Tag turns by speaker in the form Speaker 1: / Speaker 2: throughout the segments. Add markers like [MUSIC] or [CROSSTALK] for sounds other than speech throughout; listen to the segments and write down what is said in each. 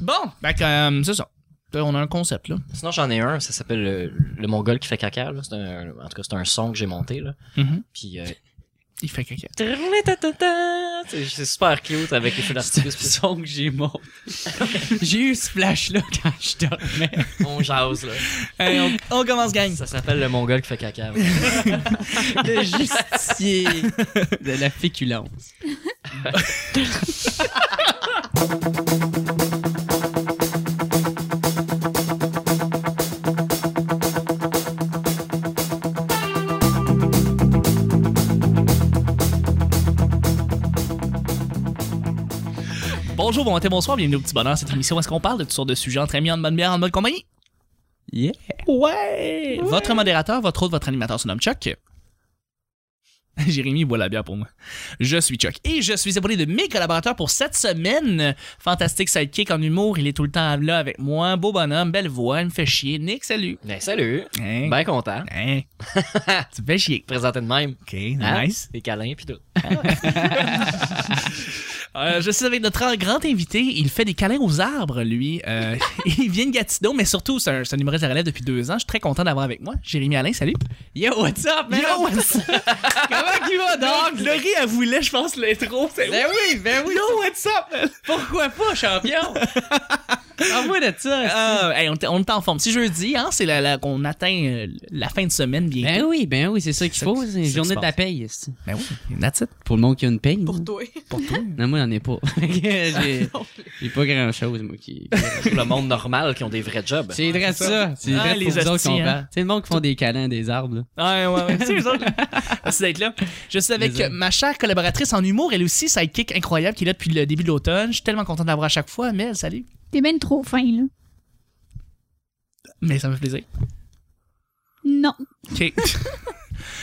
Speaker 1: Bon, ben, comme, c'est ça. Là, On a un concept, là.
Speaker 2: Sinon, j'en ai un, ça s'appelle euh, le, Mongol qui fait caca. là. C'est un- en tout cas, c'est un son que j'ai monté. Là.
Speaker 3: Mm-hmm.
Speaker 1: Mhm.
Speaker 2: Puis, euh,
Speaker 1: Il fait caca.
Speaker 2: c'est c'est super cute avec les feux
Speaker 3: [LAUGHS] C'est le
Speaker 2: d'artifice. puis
Speaker 3: son que j'ai monté. j'ai eu ce flash-là quand je dormais.
Speaker 2: On jase, là.
Speaker 1: Hey, on, on commence, gang.
Speaker 2: Ça s'appelle le Mongol qui fait caca. ouais.
Speaker 3: [LAUGHS] Le justicier de la féculence.
Speaker 1: Bonjour, bon matin, bonsoir, bienvenue au Petit Bonheur. Cette émission où est-ce qu'on parle de toutes sortes de sujets entre amis, en bonne bière, en bonne compagnie.
Speaker 3: Yeah.
Speaker 1: Ouais! Votre modérateur, votre autre, votre animateur se nomme Chuck. [LAUGHS] Jérémy boit la bière pour moi. Je suis Chuck et je suis abonné de mes collaborateurs pour cette semaine. Fantastique sidekick en humour, il est tout le temps là avec moi. Beau bonhomme, belle voix, il me fait chier. Nick, salut.
Speaker 2: Ben, salut.
Speaker 1: Hein?
Speaker 2: Ben content.
Speaker 1: Hein? [LAUGHS] tu me fais chier.
Speaker 2: Présenté de même.
Speaker 1: Ok,
Speaker 2: Hein?
Speaker 1: nice.
Speaker 2: Des câlins, puis tout.
Speaker 1: Euh, je suis avec notre grand invité. Il fait des câlins aux arbres, lui. Euh, [LAUGHS] il vient de Gatineau, mais surtout, c'est un, c'est un humoriste à relève depuis deux ans. Je suis très content d'avoir avec moi Jérémy Alain. Salut.
Speaker 3: Yo, what's up, man?
Speaker 1: Yo, [LAUGHS] what's up?
Speaker 3: Comment tu vas,
Speaker 1: Donc,
Speaker 3: donc?
Speaker 1: Laurie, elle voulait, je pense, l'intro. C'est
Speaker 3: Ben oui, ben oui.
Speaker 1: Yo, what's up?
Speaker 3: Pourquoi pas, champion? Envoie de ça.
Speaker 1: Euh, hey, on, est- on est en forme. C'est jeudi, hein? C'est la, la- qu'on atteint euh, la fin de semaine bientôt.
Speaker 3: Ben oui, ben oui, c'est ça qu'il
Speaker 1: C'est
Speaker 3: faut.
Speaker 1: ça qui-
Speaker 3: C'est une
Speaker 1: c'est ça
Speaker 3: journée
Speaker 1: qui
Speaker 3: de
Speaker 1: se
Speaker 3: la paye. c'est-
Speaker 1: Ben oui, that's it.
Speaker 3: Pour Ah, le monde qui a une paye.
Speaker 4: Pour
Speaker 3: hein.
Speaker 4: toi.
Speaker 1: Pour toi.
Speaker 3: Non, moi, j'en ai pas. [LAUGHS] j'ai, j'ai pas grand chose, moi, qui.
Speaker 2: Tout le monde normal qui ont des vrais jobs.
Speaker 3: C'est vrai de ça. C'est
Speaker 1: Ah,
Speaker 3: vrai
Speaker 1: les
Speaker 3: pour les autres
Speaker 1: hosties,
Speaker 3: qu'on
Speaker 1: hein.
Speaker 3: parle. C'est le monde qui font des câlins à des arbres, là.
Speaker 1: Ouais, ouais, ouais. C'est eux autres. Merci d'être là. Je suis avec euh,
Speaker 3: Plaisir.
Speaker 1: ma chère collaboratrice en humour, elle aussi, sidekick incroyable, qui est là depuis le début de l'automne. Je suis tellement content de la voir à chaque fois. Mel, salut.
Speaker 4: T'es même trop fin, là.
Speaker 1: Mais ça me fait plaisir.
Speaker 4: Non.
Speaker 1: OK. [LAUGHS]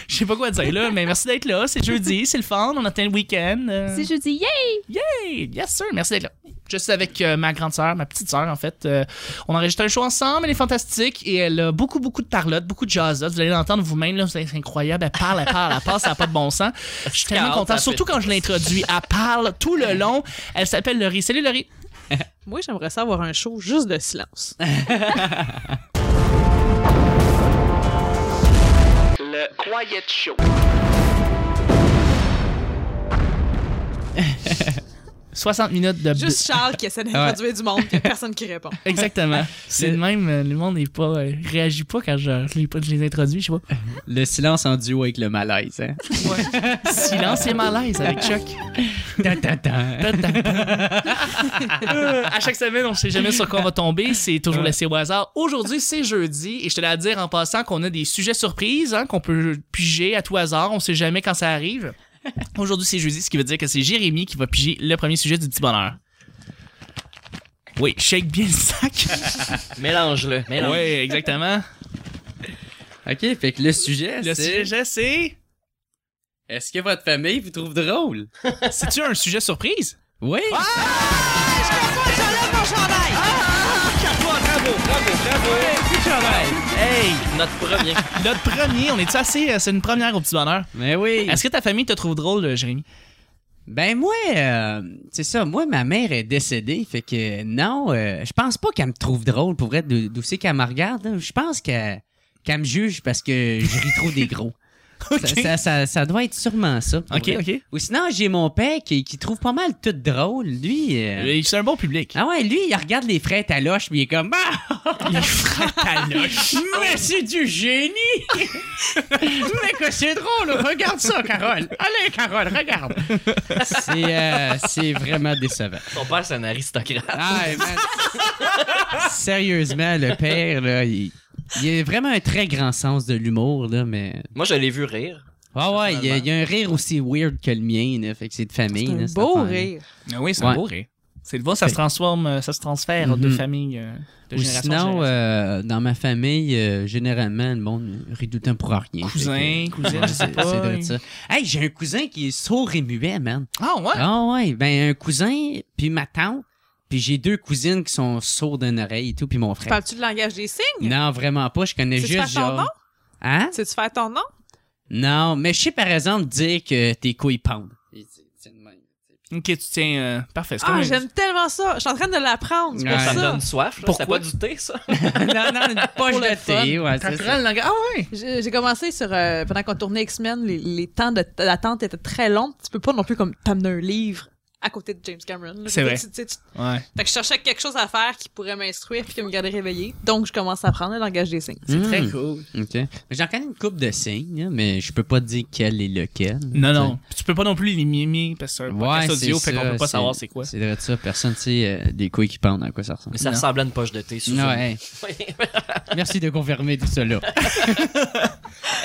Speaker 1: Je sais pas quoi dire là, mais merci d'être là. C'est jeudi, c'est le fun, on atteint le week-end. Euh,
Speaker 4: Si je dis yeah!
Speaker 1: Hey, yes sir, merci d'être là. Je suis avec euh, ma grande sœur, ma petite sœur en fait. Euh, on enregistre un show ensemble, elle est fantastique et elle a beaucoup beaucoup de parlotte, beaucoup de jazzotte. Vous allez l'entendre vous-même là, c'est c'est incroyable. Elle parle, elle parle, elle parle, ça n'a pas de bon sens. Je suis tellement
Speaker 2: Scout,
Speaker 1: content,
Speaker 2: elle
Speaker 1: surtout quand je l'introduis. Elle parle tout le long. Elle s'appelle Laurie. Salut Laurie.
Speaker 4: Moi, j'aimerais ça avoir un show juste de silence.
Speaker 1: Le Quiet Show. « 60 minutes de
Speaker 4: Juste Charles qui essaie d'introduire du monde, puis y a personne qui répond.
Speaker 1: Exactement. C'est
Speaker 3: Le-
Speaker 1: le même, euh, le monde n'est pas, euh, réagit pas quand je, je les, je les introduis, je sais pas.
Speaker 3: Le silence en duo avec le malaise, hein.
Speaker 1: Silence et malaise avec Chuck.
Speaker 3: [LAUGHS]
Speaker 1: Euh, à chaque semaine, on sait jamais sur quoi on va tomber, c'est toujours laissé au hasard. Aujourd'hui, c'est jeudi, et je te l'ai à dire en passant qu'on a des sujets surprises, hein, qu'on peut piger à tout hasard, on sait jamais quand ça arrive. Aujourd'hui, c'est jeudi, ce qui veut dire que c'est Jérémy qui va piger le premier sujet du petit bonheur. Oui, shake bien le
Speaker 3: [LAUGHS]
Speaker 1: sac.
Speaker 2: Mélange-le. Mélange.
Speaker 1: oui, exactement.
Speaker 3: OK, fait que le sujet,
Speaker 1: Le
Speaker 3: c'est...
Speaker 1: sujet, c'est...
Speaker 3: Est-ce que votre famille vous trouve drôle?
Speaker 1: C'est-tu un sujet surprise?
Speaker 3: Oui!
Speaker 2: Hey, notre premier.
Speaker 1: Notre premier, on est-tu assez. euh, C'est une première au petit bonheur.
Speaker 3: Mais ben oui!
Speaker 1: Est-ce que ta famille te trouve drôle, euh, Jérémy?
Speaker 3: Ben moi, euh, c'est ça, moi, ma mère est décédée, fait que non, euh, je pense pas qu'elle me trouve drôle pour être d'où d'où c'est qu'elle me regarde. hein. Je pense qu'elle qu'elle me juge parce que je ris trop des gros.
Speaker 1: [LAUGHS] Ok.
Speaker 3: ça, ça, ça- ça doit être sûrement ça. pour
Speaker 1: Ok,
Speaker 3: vrai.
Speaker 1: ok.
Speaker 3: Ou sinon, j'ai mon père qui, qui trouve pas mal tout drôle, lui. euh,
Speaker 1: Euh, C'est un bon public.
Speaker 3: Ah ouais, lui, il regarde les frères à loche, puis il est comme... Ah!
Speaker 1: Les frères Taloche.
Speaker 3: [LAUGHS] Mais c'est du génie! [LAUGHS] Mais que c'est drôle! Regarde ça, Carole! Allez, Carole, regarde! C'est, euh, c'est vraiment décevant.
Speaker 2: Ton père, c'est un aristocrate.
Speaker 3: Ah, man. Sérieusement, le père, là, il, il a vraiment un très grand sens de l'humour, là, mais.
Speaker 2: Moi, je l'ai vu rire.
Speaker 3: Ah ouais, il y a, il y a un rire aussi weird que le mien, là, fait que c'est de famille.
Speaker 4: C'est un
Speaker 3: là, cette
Speaker 4: beau
Speaker 3: affaire-là.
Speaker 4: rire.
Speaker 1: Ah oui, c'est
Speaker 3: Ouais.
Speaker 1: un beau rire. C'est le voir, ça se transforme, euh, ça se transfère
Speaker 3: Mhm.
Speaker 1: de famille, euh, de
Speaker 3: Ou
Speaker 1: génération en
Speaker 3: sinon,
Speaker 1: génération.
Speaker 3: euh, dans ma famille, euh, généralement, le monde rit tout le temps pour rien. Fait
Speaker 1: Cousin,
Speaker 3: que- euh,
Speaker 1: cousine,
Speaker 3: Ouais,
Speaker 1: je sais
Speaker 3: c'est
Speaker 1: pas.
Speaker 3: c'est vrai de ça. Hey, j'ai un cousin qui est sourd et muet, man.
Speaker 1: Ah ouais?
Speaker 3: Ah ouais, ben un cousin, puis ma tante, puis j'ai deux cousines qui sont sourdes d'une oreille et tout, puis mon
Speaker 4: Tu
Speaker 3: frère.
Speaker 4: Parles-tu de langage des signes?
Speaker 3: Non, vraiment pas, je connais
Speaker 4: Sais-tu
Speaker 3: juste
Speaker 4: faire ton
Speaker 3: genre...
Speaker 4: nom?
Speaker 3: Hein?
Speaker 4: Sais-tu faire ton nom?
Speaker 3: Non, mais je sais par exemple dire que tes couilles pendent.
Speaker 1: Ok, tu tiens. euh, parfait. c'est
Speaker 4: Ah,
Speaker 1: comme-
Speaker 4: j'aime tellement ça. Je suis en train de l'apprendre. C'est pour
Speaker 3: Ouais.
Speaker 2: Ça me
Speaker 4: ça.
Speaker 2: donne soif. là.
Speaker 1: Pourquoi?
Speaker 2: C'était pas du thé, ça?
Speaker 3: non, non,
Speaker 1: [LAUGHS]
Speaker 3: une poche
Speaker 1: Pour le
Speaker 3: de thé, ouais, c'est
Speaker 1: T'apprends
Speaker 3: ça.
Speaker 1: le langage. Ah ouais!
Speaker 4: J'ai j'ai commencé sur euh, pendant qu'on tournait X-Men, les, les temps de- d'attente étaient très longs. Tu peux pas non plus comme t'amener un livre à côté de James Cameron. là.
Speaker 1: C'est vrai.
Speaker 4: Tu- tu- tu-
Speaker 1: Ouais.
Speaker 4: Fait que je cherchais quelque chose à faire qui pourrait m'instruire puis qui me garder réveillée. Donc je commence à apprendre le langage des signes.
Speaker 3: Mm.
Speaker 1: Très cool.
Speaker 3: Ok. J'en connais une coupe de signes, hein, mais je peux pas dire quel est lequel.
Speaker 1: Non, non. Tu peux pas non plus les mimer parce que c'est un podcast
Speaker 3: Ouais,
Speaker 1: audio,
Speaker 3: c'est
Speaker 1: fait qu'on
Speaker 3: ça,
Speaker 1: peut pas savoir c'est quoi.
Speaker 3: C'est vrai de ça, personne sait euh, des couilles qui pendent à quoi ça ressemble.
Speaker 2: Mais ça
Speaker 1: Non.
Speaker 2: ressemblait à une poche de thé. sous
Speaker 3: Ouais, hey. Merci de confirmer tout cela.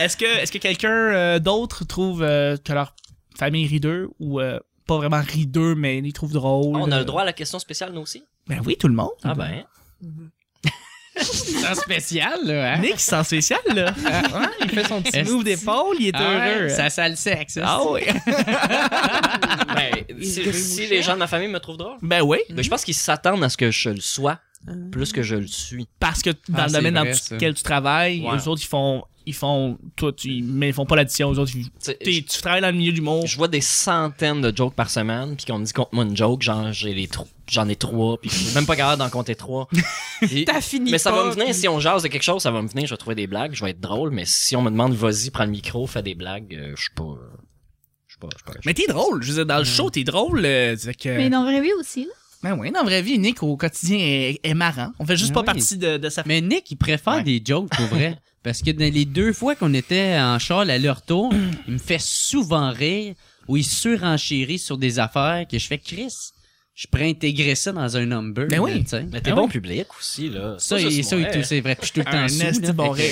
Speaker 1: Est-ce que, est-ce que quelqu'un euh, d'autre trouve euh, que leur famille rit d'eux ou euh, pas vraiment rit d'eux, mais ils trouvent drôle?
Speaker 2: [LAUGHS] On a
Speaker 1: euh,
Speaker 2: le droit à la question spéciale, nous aussi?
Speaker 1: Ben oui, tout le monde.
Speaker 2: Ah ben.
Speaker 3: [LAUGHS] C'est spécial, là, hein?
Speaker 1: Nick, il s'en spécial, [LAUGHS] là. Hein? Il fait son petit
Speaker 3: Est-ce-
Speaker 1: move d'épaule, il est
Speaker 3: Ah ouais,
Speaker 1: heureux.
Speaker 3: ça sale sexe. ça.
Speaker 1: Ah oui.
Speaker 2: Ben,
Speaker 4: Il
Speaker 2: si,
Speaker 4: grimouchait.
Speaker 2: si les gens de ma famille me trouvent drôle,
Speaker 1: Ben oui,
Speaker 2: ben, je pense qu'ils s'attendent à ce que je le sois
Speaker 4: Euh.
Speaker 2: plus que je le suis.
Speaker 1: parce que dans
Speaker 3: Ah,
Speaker 1: le
Speaker 3: c'est
Speaker 1: domaine dans
Speaker 3: vrai, ça.
Speaker 1: lequel tu travailles,
Speaker 2: Ouais.
Speaker 1: eux autres, ils font. Ils font. Toi, tu, mais ils font pas l'addition. Eux autres, ils-
Speaker 2: Tu sais,
Speaker 1: t'es- tu travailles dans le milieu du monde.
Speaker 2: je- Je vois des centaines de jokes par semaine, puis qu'on me dit compte-moi une joke, genre j'ai les tro- j'en ai trois, puis je suis même pas capable d'en compter [LAUGHS] trois. Et-
Speaker 4: T'as fini.
Speaker 2: mais ça
Speaker 4: pas,
Speaker 2: va me venir,
Speaker 4: puis-
Speaker 2: si on jase de quelque chose, ça va me venir, je vais trouver des blagues, je vais être drôle, mais si on me demande vas-y, prends le micro, fais des blagues, euh, je suis pas. euh, Je suis pas. Je suis pas. je suis
Speaker 1: Mais t'es drôle. Je veux dire, dans le show, t'es drôle. euh, c'est que...
Speaker 5: Mais dans la vraie vie aussi, là.
Speaker 1: Ben oui, dans la vraie vie, Nick, au quotidien, est, est marrant. On fait juste
Speaker 3: Ben
Speaker 1: pas
Speaker 3: oui.
Speaker 1: partie de, de sa
Speaker 3: Mais Nick, il préfère
Speaker 1: Ouais.
Speaker 3: des jokes pour vrai. Parce que dans les deux fois qu'on était en Charles à leur tour, il me fait souvent rire ou il surenchérit sur des affaires que je fais Chris. Je pourrais intégrer ça dans un number.
Speaker 1: Ben oui.
Speaker 3: tu sais.
Speaker 2: Mais t'es
Speaker 1: Ah
Speaker 2: bon
Speaker 1: oui.
Speaker 2: public aussi, là. C'est
Speaker 3: Ça,
Speaker 2: pas
Speaker 3: il-
Speaker 2: juste
Speaker 3: ça, il-
Speaker 2: moi.
Speaker 3: tout, c'est vrai. Puis je suis tout le temps
Speaker 1: Un
Speaker 3: sous,
Speaker 1: esti
Speaker 3: là,
Speaker 1: bon
Speaker 3: fait que-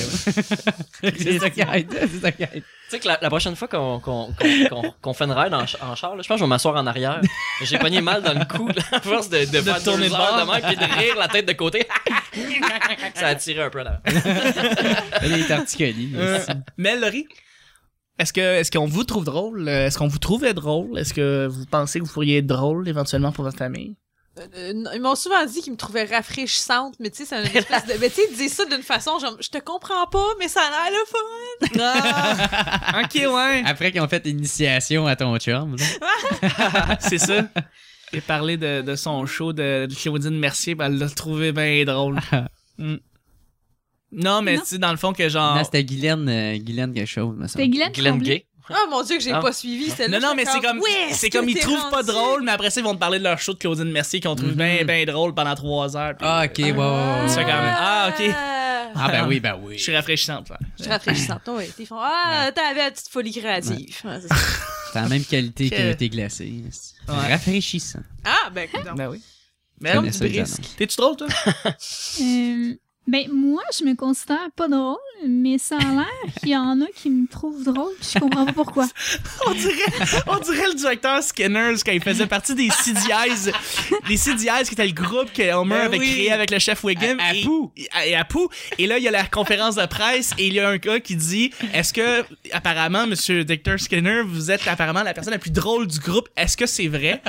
Speaker 1: rire.
Speaker 3: [LAUGHS] C'est [LAUGHS] ça qui aide, c'est ça qui aide.
Speaker 2: Tu sais que la, la prochaine fois qu'on qu'on- qu'on- [LAUGHS] qu'on- qu'on fait une ride en, ch- en char, là, je pense que je vais m'asseoir en arrière. J'ai pogné mal dans le cou, là, à force de, de, faire
Speaker 1: tourner
Speaker 2: deux
Speaker 1: de
Speaker 2: heures
Speaker 1: bord.
Speaker 2: de même, puis de rire la tête de côté. ça a attiré un peu là.
Speaker 3: Elle est torticolis.
Speaker 1: Euh, [LAUGHS] Mel Laurie, est-ce que est-ce qu'on vous trouve drôle Euh, Est-ce qu'on vous trouvait drôle Est-ce que vous pensez que vous pourriez être drôle éventuellement pour votre famille
Speaker 4: Euh, non, ils m'ont souvent dit qu'ils me trouvaient rafraîchissante, mais tu sais, c'est une espèce de. Mais tu sais, ils disent ça d'une façon, genre, je te comprends pas, mais ça a l'air le fun.
Speaker 1: Ok, ouais.
Speaker 3: Après qu'ils ont fait initiation à ton chum. là. Ah,
Speaker 1: C'est ça. J'ai parlé de, de son show de, de Claudine Mercier, ben elle l'a trouvé bien
Speaker 3: [LAUGHS]
Speaker 1: drôle. Mm. Non, mais
Speaker 5: Non.
Speaker 1: tu sais, dans le fond que genre.
Speaker 3: Non, c'était Guylaine, euh, Guylaine quelque chose, me semble.
Speaker 5: C'était Glenn,
Speaker 2: Glenn
Speaker 5: Tremblay.
Speaker 2: Gay.
Speaker 4: [LAUGHS] Ah mon dieu, que j'ai
Speaker 2: Ah.
Speaker 4: pas suivi celle-là.
Speaker 1: Non, non, mais c'est comme, c'est comme ils trouvent pas drôle, mais après ça, ils vont te parler de leur show de Claudine Mercier qu'on trouve bien,
Speaker 3: Mhm.
Speaker 1: bien drôle pendant trois heures. puis-
Speaker 3: Ah, ok, ouais, ouais, ouais.
Speaker 1: C'est comme- Ah, ok.
Speaker 4: ok.
Speaker 3: Ah, ben oui, ben oui.
Speaker 1: Je suis rafraîchissante, là.
Speaker 4: Je suis rafraîchissante, ouais. Ils font Ah, t'avais la petite folie créative. Ouais, c'est ça.
Speaker 3: C'est la même qualité
Speaker 1: Que-
Speaker 3: que tes glacés. C'est
Speaker 1: Ouais.
Speaker 3: Rafraîchissant.
Speaker 4: Ah, ben,
Speaker 1: [LAUGHS]
Speaker 4: non.
Speaker 1: Ben oui.
Speaker 3: Je
Speaker 1: Mel,
Speaker 3: connais ça, les
Speaker 1: brisque. T'es-tu drôle, toi?
Speaker 5: Euh, ben, moi, je me considère pas drôle, mais ça
Speaker 1: [LAUGHS]
Speaker 5: a l'air qu'il y en a qui me trouvent drôle, puis je comprends pas pourquoi.
Speaker 1: On dirait, on dirait le directeur Skinners quand il faisait partie des CDIs. les CDIs qui était le groupe que Homer
Speaker 3: Ben
Speaker 1: avait
Speaker 3: oui.
Speaker 1: créé avec le chef Wiggum.
Speaker 3: À- à
Speaker 1: et,
Speaker 3: Pou.
Speaker 1: et- et à Pou. Et là, il y a la conférence de presse et il y a un gars qui dit Est-ce que, apparemment, monsieur Dr. Skinner, vous êtes apparemment la personne la plus drôle du groupe Est-ce que c'est vrai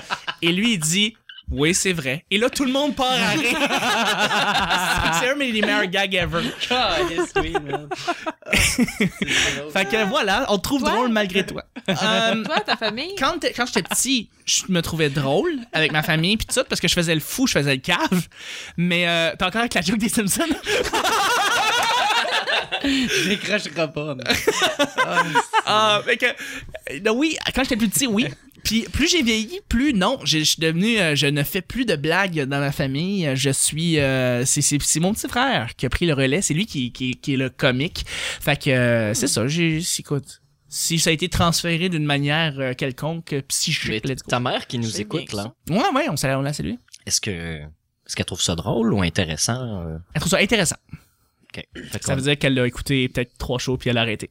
Speaker 1: Et lui, il dit. Oui, c'est vrai. Et là, tout le monde part à rire. [LAUGHS] C'est- c'est un des meilleurs gags ever. Fait que voilà, on te trouve
Speaker 4: Toi?
Speaker 1: drôle malgré
Speaker 3: [LAUGHS]
Speaker 1: toi. Euh,
Speaker 4: Toi, ta
Speaker 1: [LAUGHS]
Speaker 4: famille.
Speaker 1: quand, t'es- quand j'étais petit, je me trouvais drôle avec ma famille puis tout ça parce que je faisais le fou, je faisais le cave. Mais euh, t'es encore avec la joke des Simpsons [LAUGHS]
Speaker 3: Je décrocherai pas. moi.
Speaker 1: Ah, fait que, euh, non, oui, quand j'étais plus petit, oui. Puis plus j'ai vieilli, plus non, je je suis devenu, euh, je ne fais plus de blagues dans ma famille. Je suis, euh, c'est- c'est c'est mon petit frère qui a pris le relais. C'est lui qui, qui, qui est le comique. Fait que euh, c'est ça. J'ai, c'est- écoute, si ça a été transféré d'une manière euh, quelconque euh,
Speaker 2: Mais
Speaker 1: psychique, let's go.
Speaker 2: ta mère qui nous
Speaker 4: C'est
Speaker 2: écoute,
Speaker 4: bien
Speaker 2: là,
Speaker 1: Ouais, ouais, on s'est on l'a salué.
Speaker 2: est-ce que est-ce qu'elle trouve ça drôle ou intéressant? euh?
Speaker 1: Elle trouve ça intéressant.
Speaker 2: Ok. Fait
Speaker 1: Ça
Speaker 2: qu'on-
Speaker 1: veut dire qu'elle l'a écouté peut-être trois shows puis elle a
Speaker 3: [LAUGHS]
Speaker 1: arrêté.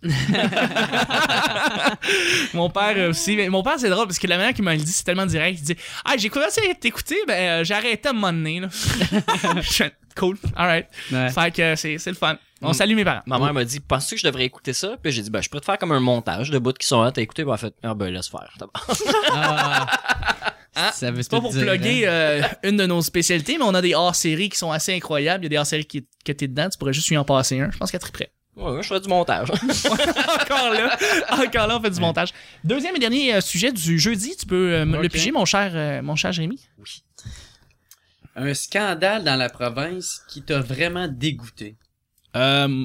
Speaker 1: mon père aussi. Mais mon père, c'est drôle parce que la manière qu'il m'a dit, c'est tellement direct. Il dit Ah, j'ai commencé à t'écouter, ben euh, j'ai arrêté à un moment donné. Là. [LAUGHS] Je suis cool, alright.
Speaker 3: [LAUGHS] Ouais.
Speaker 1: Fait que c'est c'est le fun. On
Speaker 2: Mm.
Speaker 1: salue mes parents.
Speaker 2: Ma mère m'a dit, penses-tu que je devrais écouter ça? Puis j'ai dit, ben, je pourrais te faire comme un montage de bouts qui sont là, t'as écouté, ben, en fait, ah, ben, laisse faire. T'as-
Speaker 3: Ah, ça veut hein.
Speaker 1: C'est pas pour plugger euh, une de nos spécialités, mais on a des hors-séries qui sont assez incroyables. Il y a des hors-séries qui, que t'es dedans, tu pourrais juste lui en passer un. Je pense qu'à très près.
Speaker 2: Ouais, ouais, je ferais du
Speaker 1: [LAUGHS]
Speaker 2: montage.
Speaker 1: encore là, encore là, on fait du montage. Deuxième et dernier euh, sujet du jeudi, tu peux euh, me le
Speaker 3: Ok.
Speaker 1: piger, mon cher, euh, mon cher Jérémy.
Speaker 3: Un scandale dans la province qui t'a vraiment dégoûté.
Speaker 1: Euh,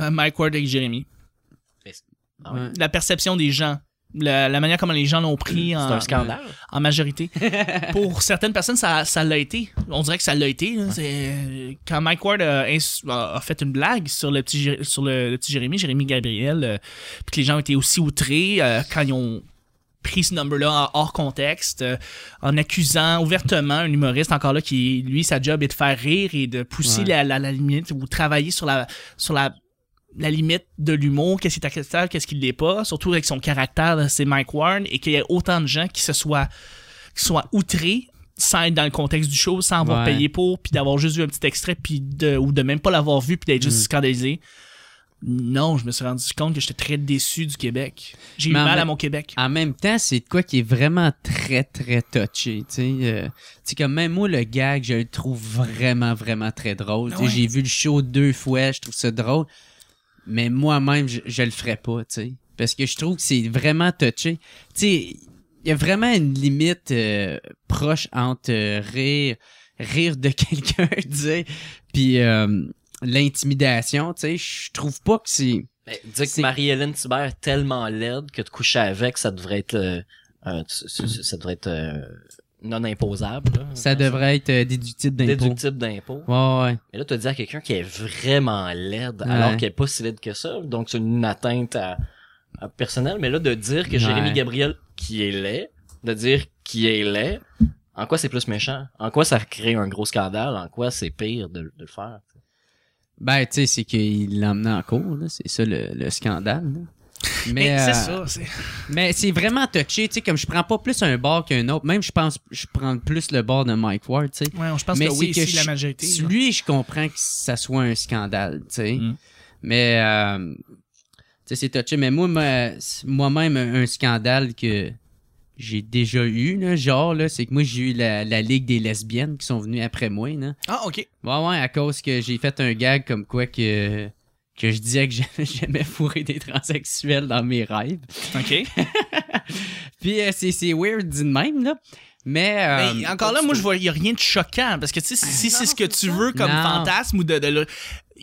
Speaker 1: euh, Mike Ward et Jérémy.
Speaker 2: Ah oui.
Speaker 3: Ouais.
Speaker 1: La perception des gens, la, la manière comment les gens l'ont pris
Speaker 2: C'est
Speaker 1: en,
Speaker 2: un scandale.
Speaker 1: en
Speaker 2: [LAUGHS]
Speaker 1: majorité. Pour certaines personnes, ça, ça l'a été. On dirait que ça l'a été. là. C'est- Quand Mike Ward a, ins- a- a fait une blague sur le petit, Jé- sur le, le petit Jérémy, Jérémy Gabriel, euh, puis que les gens étaient aussi outrés euh, quand ils ont pris ce number-là en- hors contexte, euh, en accusant ouvertement un humoriste encore là qui, lui, sa job est de faire rire et de pousser
Speaker 3: Ouais.
Speaker 1: la, la- la limite ou travailler sur la, sur la, la limite de l'humour, qu'est-ce qui est acceptable, qu'est-ce qui l'est pas, surtout avec son caractère, là, c'est Mike Warren, et qu'il y ait autant de gens qui se soient, qui soient outrés sans être dans le contexte du show, sans avoir
Speaker 3: Ouais.
Speaker 1: payé pour, puis d'avoir juste vu un petit extrait, puis de, ou de même pas l'avoir vu, puis d'être
Speaker 3: Mm.
Speaker 1: juste scandalisé. Non, je me suis rendu compte que j'étais très déçu du Québec. J'ai eu
Speaker 3: Mais en Ah,
Speaker 1: mal à
Speaker 3: même-
Speaker 1: mon Québec.
Speaker 3: En même temps, c'est de quoi qui est vraiment très, très touché. Tu sais, Euh, tu sais, comme même moi, le gag, je le trouve vraiment, vraiment très drôle. Tu sais,
Speaker 1: Ouais.
Speaker 3: J'ai vu le show deux fois, je trouve ça drôle. Mais moi-même, je, je le ferais pas, tu sais. Parce que je trouve que c'est vraiment touché. Tu sais, il y a vraiment une limite euh, proche entre euh, rire, rire de [LAUGHS] quelqu'un, tu sais, puis euh, l'intimidation, tu sais. Je trouve pas que c'est...
Speaker 2: Mais dire que
Speaker 3: C'est-
Speaker 2: Marie-Hélène Thibert est tellement laide que de coucher avec, ça devrait être, euh, euh, c- c- ça devrait être euh, non imposable. là.
Speaker 3: Ça devrait être euh, déductible d'impôt.
Speaker 2: déductible d'impôt.
Speaker 3: Ouais, ouais.
Speaker 2: Mais là, tu dit à quelqu'un qui est vraiment laide,
Speaker 3: Ouais.
Speaker 2: alors qu'elle est pas si laide que ça, donc c'est une atteinte à, à personnel. Mais là, de dire que
Speaker 3: Ouais.
Speaker 2: Jérémy Gabriel qui est laid, de dire qui est laid, en quoi c'est plus méchant En quoi ça crée un gros scandale En quoi c'est pire de, de le faire
Speaker 3: Ben, tu sais, c'est qu'il l'a emmené en cours, là. C'est ça le, le scandale, là.
Speaker 1: Mais,
Speaker 3: euh,
Speaker 1: c'est ça. c'est-
Speaker 3: mais c'est vraiment touché, tu sais, comme je prends pas plus un bord qu'un autre. Même, je pense, je prends plus le bord de Mike Ward, tu sais.
Speaker 1: Ouais, je pense
Speaker 3: mais
Speaker 1: que oui,
Speaker 3: c'est que
Speaker 1: ici, la
Speaker 3: je-
Speaker 1: majorité. là.
Speaker 3: Lui, je comprends que ça soit un scandale, tu sais.
Speaker 1: Mm.
Speaker 3: Mais, euh, tu sais, c'est touché. Mais moi, ma- moi-même, un un scandale que j'ai déjà eu, là, genre, là, c'est que moi, j'ai eu la, la Ligue des lesbiennes qui sont venues après moi, là.
Speaker 1: Ah, ok.
Speaker 3: Ouais, ouais, à cause que j'ai fait un gag comme quoi que, que je disais que j'aimais- [LAUGHS] j'aimais fourrer des transsexuels dans mes rêves.
Speaker 1: Ok.
Speaker 3: Puis euh, c'est c'est weird dit de même, là. Mais, euh,
Speaker 1: Mais Ben, encore là, moi, je vois, il n'y a rien de choquant. Parce que, tu sais, si c'est ce que tu veux comme
Speaker 3: Non.
Speaker 1: fantasme ou de. de, le-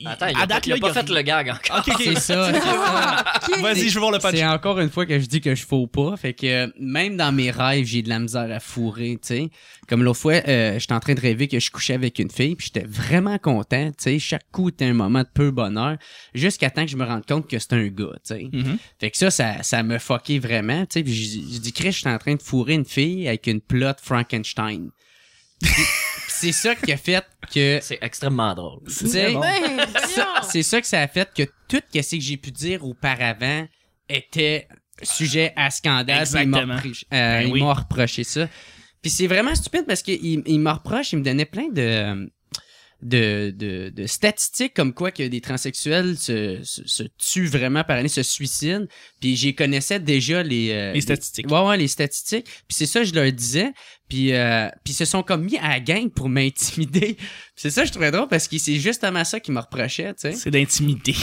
Speaker 2: Attends, il a, pas, il a
Speaker 1: là,
Speaker 2: pas
Speaker 1: y a
Speaker 2: fait le gag encore.
Speaker 1: Ok, ok.
Speaker 3: c'est ça. c'est ça.
Speaker 1: Vas-y, je veux voir le punch.
Speaker 3: C'est encore une fois que je dis que je fous pas. Fait que euh, même dans mes rêves, j'ai de la misère à fourrer, tu sais. Comme l'autre fois, euh, j'étais en train de rêver que je couchais avec une fille, puis j'étais vraiment content, tu sais. Chaque coup était un moment de peu bonheur, jusqu'à temps que je me rende compte que c'est un gars, tu sais.
Speaker 1: Mhm.
Speaker 3: Fait que ça, ça, ça me fuckait vraiment, tu sais. Puis je, je dis, Chris, je suis en train de fourrer une fille avec une plotte Frankenstein. Puis- [LAUGHS] puis c'est ça qui a fait que...
Speaker 2: C'est extrêmement drôle.
Speaker 3: tu sais,
Speaker 1: bon.
Speaker 4: Ben,
Speaker 3: ça- c'est ça que ça a fait que tout ce que j'ai pu dire auparavant était sujet à scandale. puis ils m'ont
Speaker 1: Exactement.
Speaker 3: repris- euh,
Speaker 1: Ben
Speaker 3: ils
Speaker 1: oui.
Speaker 3: m'ont reproché ça. Puis c'est vraiment stupide parce qu'ils ils me reprochent, ils me donnaient plein de, de, de, de statistiques comme quoi que des transsexuels se, se, se tuent vraiment par année, se suicident. Puis j'y connaissais déjà les, euh,
Speaker 1: Les statistiques.
Speaker 3: Ouais, ouais, les statistiques. Puis c'est ça, je leur disais. Puis, euh, puis ils se sont comme mis à la gang pour m'intimider. [LAUGHS] Puis c'est ça, je trouvais drôle parce que c'est justement ça qu'ils me reprochaient, tu sais.
Speaker 1: C'est d'intimider.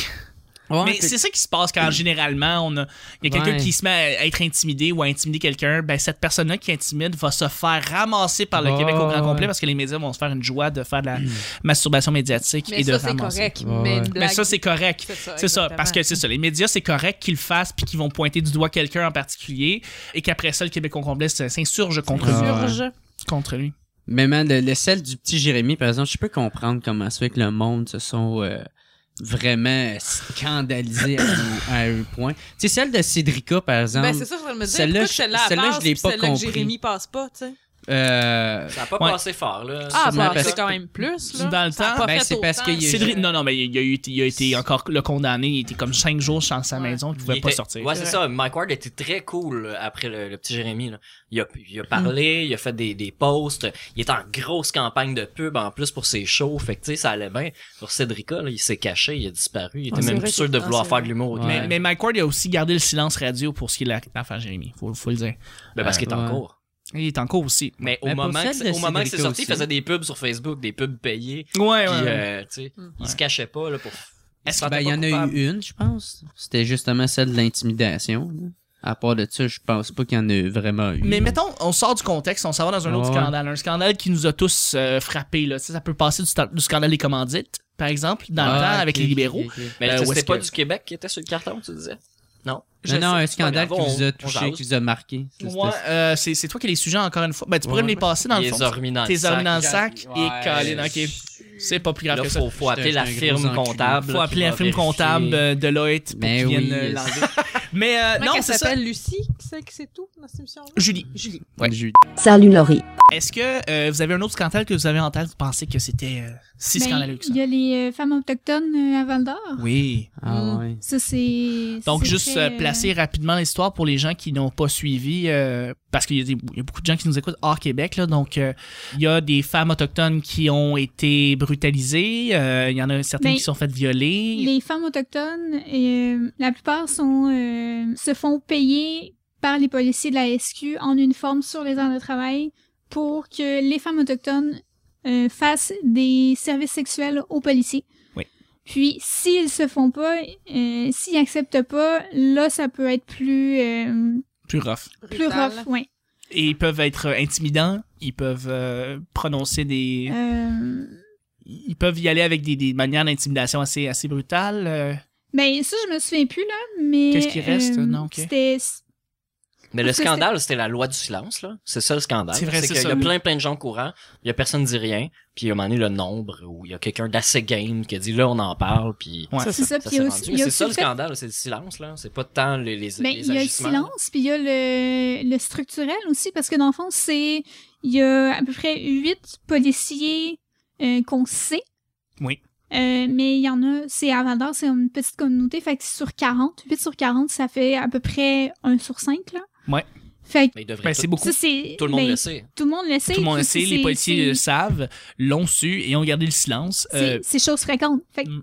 Speaker 3: Ouais,
Speaker 1: Mais
Speaker 3: puis-
Speaker 1: c'est ça qui se passe quand généralement on a, il y a quelqu'un
Speaker 3: Ouais.
Speaker 1: qui se met à être intimidé ou à intimider quelqu'un, ben cette personne-là qui intimide va se faire ramasser par le
Speaker 3: Ouais,
Speaker 1: Québec au grand
Speaker 3: ouais.
Speaker 1: complet parce que les médias vont se faire une joie de faire de la masturbation médiatique
Speaker 4: Mais
Speaker 1: et de
Speaker 4: ça, c'est
Speaker 1: ramasser.
Speaker 4: correct.
Speaker 3: Ouais,
Speaker 4: Mais,
Speaker 3: ouais.
Speaker 4: une
Speaker 1: Mais Ben,
Speaker 4: blague-
Speaker 1: ça c'est correct. C'est ça,
Speaker 4: exactement.
Speaker 1: parce que c'est ça, les médias, c'est correct qu'ils le fassent puis qu'ils vont pointer du doigt quelqu'un en particulier et qu'après ça, le Québec au complet se- s'insurge contre,
Speaker 3: Ah
Speaker 1: lui.
Speaker 3: ouais.
Speaker 4: Surge.
Speaker 1: contre lui.
Speaker 3: Mais man, le, le sel du petit Jérémy, par exemple, je peux comprendre comment ça fait que le monde se sont euh, vraiment scandalisés à, un- à un point. Tu sais, celle de Cédrica, par exemple.
Speaker 4: Ben, c'est ça, je voudrais me dire.
Speaker 3: Celle-là,
Speaker 4: Pourquoi
Speaker 3: je-
Speaker 4: celle-là,
Speaker 3: celle-là, je
Speaker 4: passe,
Speaker 3: l'ai
Speaker 4: puis
Speaker 3: pas
Speaker 4: celle-là que
Speaker 3: compris.
Speaker 4: Jérémy passe pas, tu sais.
Speaker 3: euh,
Speaker 2: Ça n'a pas
Speaker 1: Ouais.
Speaker 2: passé fort, là.
Speaker 4: Ah,
Speaker 3: Sûrement
Speaker 4: bah,
Speaker 3: parce
Speaker 4: c'est
Speaker 3: que-
Speaker 4: quand même plus, là.
Speaker 1: Dans le
Speaker 4: Ça a
Speaker 1: temps,
Speaker 4: pas
Speaker 3: ben,
Speaker 4: fait
Speaker 3: c'est parce
Speaker 4: autant.
Speaker 3: qu'il y a-
Speaker 1: Cédric, non, non, mais il a, eu- il a été encore le condamné. Il était comme cinq jours sans sa
Speaker 4: Ouais.
Speaker 1: maison, il
Speaker 2: Il
Speaker 1: pouvait pas
Speaker 2: était-
Speaker 1: sortir.
Speaker 2: Ouais, c'est ça. Mike Ward était très cool euh, après le, le petit Jérémy. Là. Il, a, il a parlé, il a fait des, des posts. Il est en grosse campagne de pub en plus pour ses shows. Fait que tu sais, ça allait bien. Pour Cédrica, là, il s'est caché, il a disparu. Il était
Speaker 4: Ouais, c'est
Speaker 2: même
Speaker 4: vrai
Speaker 2: plus sûr
Speaker 4: que-
Speaker 2: de
Speaker 4: ah,
Speaker 2: vouloir
Speaker 4: c'est
Speaker 2: faire
Speaker 4: vrai.
Speaker 2: de l'humour.
Speaker 3: Ouais.
Speaker 1: Mais, mais Mike Ward il a aussi gardé le silence radio pour ce qui est de la- l'affaire Jérémy. Faut, faut le dire.
Speaker 2: Ben, parce qu'il est en
Speaker 3: Ouais.
Speaker 2: cours.
Speaker 1: Il est en cours aussi.
Speaker 2: Mais au
Speaker 3: Mais pour
Speaker 2: moment,
Speaker 3: celle
Speaker 2: que, c'est-
Speaker 3: de
Speaker 2: au moment que c'est
Speaker 3: Cédrica
Speaker 2: sorti, il
Speaker 3: aussi.
Speaker 2: faisait des pubs sur Facebook, des pubs payées.
Speaker 1: Ouais, ouais.
Speaker 2: Puis,
Speaker 1: ouais.
Speaker 2: euh, tu sais,
Speaker 4: Mm.
Speaker 2: il se cachait pas là, pour Est-ce
Speaker 3: Ben, il y en a eu une, je pense. C'était justement celle de l'intimidation. là. À part de ça, je pense pas qu'il y en a vraiment eu.
Speaker 1: Mais mettons, on sort du contexte, on s'en va dans un autre
Speaker 3: Ouais.
Speaker 1: scandale. Un scandale qui nous a tous euh, frappés. Là. Tu sais, Ça peut passer du, sta- du scandale des commandites, par exemple, dans le
Speaker 3: Ah,
Speaker 1: temps
Speaker 3: ok,
Speaker 1: avec les libéraux.
Speaker 3: ok, ok.
Speaker 2: Mais
Speaker 1: Euh,
Speaker 2: tu-
Speaker 1: où est-ce
Speaker 2: c'était pas
Speaker 1: que-
Speaker 2: du Québec qui était sur le carton, tu disais? Non.
Speaker 1: Je
Speaker 3: Non, non,
Speaker 1: sais, c'est
Speaker 3: un
Speaker 1: pas
Speaker 3: scandale
Speaker 1: grave,
Speaker 3: qui vous
Speaker 2: on-
Speaker 3: a
Speaker 2: on
Speaker 3: touché,
Speaker 2: jase.
Speaker 3: qui vous a marqué. C'est-
Speaker 1: Ouais,
Speaker 3: c'est-
Speaker 1: euh, c'est c'est toi qui as les sujets encore une fois. Ben, tu pourrais
Speaker 3: Ouais,
Speaker 1: me les
Speaker 3: ouais.
Speaker 1: passer dans le
Speaker 2: les
Speaker 1: fond.
Speaker 2: hormis dans le
Speaker 1: T'es hormis
Speaker 2: sac.
Speaker 1: dans le sac
Speaker 3: Ouais.
Speaker 1: et calé dans ok. C'est pas plus grave
Speaker 2: Là,
Speaker 1: que ça.
Speaker 2: faut, faut appeler
Speaker 3: J'étais
Speaker 2: la
Speaker 3: un gros
Speaker 2: firme
Speaker 3: enculé.
Speaker 2: comptable.
Speaker 1: Faut
Speaker 2: là,
Speaker 1: appeler
Speaker 2: qui
Speaker 1: la
Speaker 2: va
Speaker 1: firme
Speaker 2: vérifier.
Speaker 1: comptable euh, Deloitte pour
Speaker 3: Ben
Speaker 1: qu'ils
Speaker 3: oui,
Speaker 1: viennent euh,
Speaker 3: euh,
Speaker 1: l'enlever. Mais euh,
Speaker 4: Comment
Speaker 1: non,
Speaker 4: elle
Speaker 1: c'est ça.
Speaker 4: s'appelle Lucie, qui c'est qui c'est tout dans cette émission-là?
Speaker 1: Julie,
Speaker 4: Julie.
Speaker 1: Ouais.
Speaker 3: Julie.
Speaker 6: Salut Laurie.
Speaker 1: est-ce que euh, vous avez un autre scandale que vous avez en tête Vous pensez que c'était euh, [LAUGHS] si
Speaker 5: Ben,
Speaker 1: scandaleux que ça
Speaker 5: Il y a les euh, femmes autochtones euh, à Val d'Or.
Speaker 1: Oui.
Speaker 3: Ah
Speaker 4: Mm.
Speaker 3: ouais.
Speaker 5: Ça, c'est.
Speaker 1: Donc,
Speaker 5: c'est
Speaker 1: juste
Speaker 5: très,
Speaker 1: euh, placer rapidement l'histoire pour les gens qui n'ont pas suivi, euh, parce qu'il y, a des- il y a beaucoup de gens qui nous écoutent hors Québec. Là, donc, euh, il y a des femmes autochtones qui ont été brutalisées, euh, il y en a certaines
Speaker 5: Ben,
Speaker 1: qui se sont faites violer.
Speaker 5: Les femmes autochtones, euh, la plupart sont, euh, se font payer par les policiers de la SQ en uniforme sur les heures de travail pour que les femmes autochtones euh, fassent des services sexuels aux policiers.
Speaker 1: Oui.
Speaker 5: Puis, s'ils se font pas, euh, s'ils acceptent pas, là, ça peut être plus, euh,
Speaker 1: Plus rough.
Speaker 5: plus
Speaker 4: Brutal.
Speaker 5: rough, ouais.
Speaker 1: Et ils peuvent être euh, intimidants, ils peuvent euh, prononcer des...
Speaker 5: Euh,
Speaker 1: Ils peuvent y aller avec des, des manières d'intimidation assez, assez brutales. euh.
Speaker 5: ben, ça, je me souviens plus, là, mais.
Speaker 1: Qu'est-ce qui reste?
Speaker 5: euh,
Speaker 1: Non, ok.
Speaker 5: C'était.
Speaker 2: Mais le
Speaker 5: Parce que
Speaker 2: scandale, c'était la loi du silence, là. C'est ça le scandale.
Speaker 1: C'est vrai, c'est
Speaker 2: qu'il
Speaker 1: ça.
Speaker 2: y a plein, plein de gens courants. Il y a personne qui dit rien. Puis, à un moment donné, le nombre où il y a quelqu'un d'assez game qui a dit là, on en parle. Puis,
Speaker 1: Ouais.
Speaker 5: C'est ça,
Speaker 2: ça
Speaker 5: puis
Speaker 2: s'est
Speaker 5: il y a
Speaker 2: rendu.
Speaker 5: aussi- il y a
Speaker 2: C'est
Speaker 5: aussi
Speaker 2: ça le
Speaker 5: fait-
Speaker 2: scandale, c'est le silence, là. C'est pas tant les, les,
Speaker 5: Ben,
Speaker 2: les
Speaker 5: il y a le
Speaker 2: agissements.
Speaker 5: silence, puis il y a le, le structurel aussi, parce que dans le fond, c'est. Il y a à peu près huit policiers euh, qu'on sait.
Speaker 1: Oui.
Speaker 5: Euh, mais il y en a, c'est à Val d'Or, c'est une petite communauté, fait que sur 40, 8 sur 40, ça fait à peu près 1 sur 5, là.
Speaker 1: Ouais.
Speaker 5: Fait que
Speaker 2: Mais il devrait
Speaker 1: Ben,
Speaker 2: tout-
Speaker 1: c'est beaucoup.
Speaker 5: ça, c'est.
Speaker 2: Tout le monde
Speaker 5: ben,
Speaker 2: le sait.
Speaker 5: Tout le monde le sait.
Speaker 1: Tout le monde
Speaker 5: puis
Speaker 1: le sait,
Speaker 5: c'est-
Speaker 1: les policiers le
Speaker 5: c'est-
Speaker 1: savent, l'ont su et ont gardé le silence.
Speaker 5: C'est
Speaker 1: Euh,
Speaker 5: c'est chose fréquente. Fait que
Speaker 1: Mm.
Speaker 5: moi,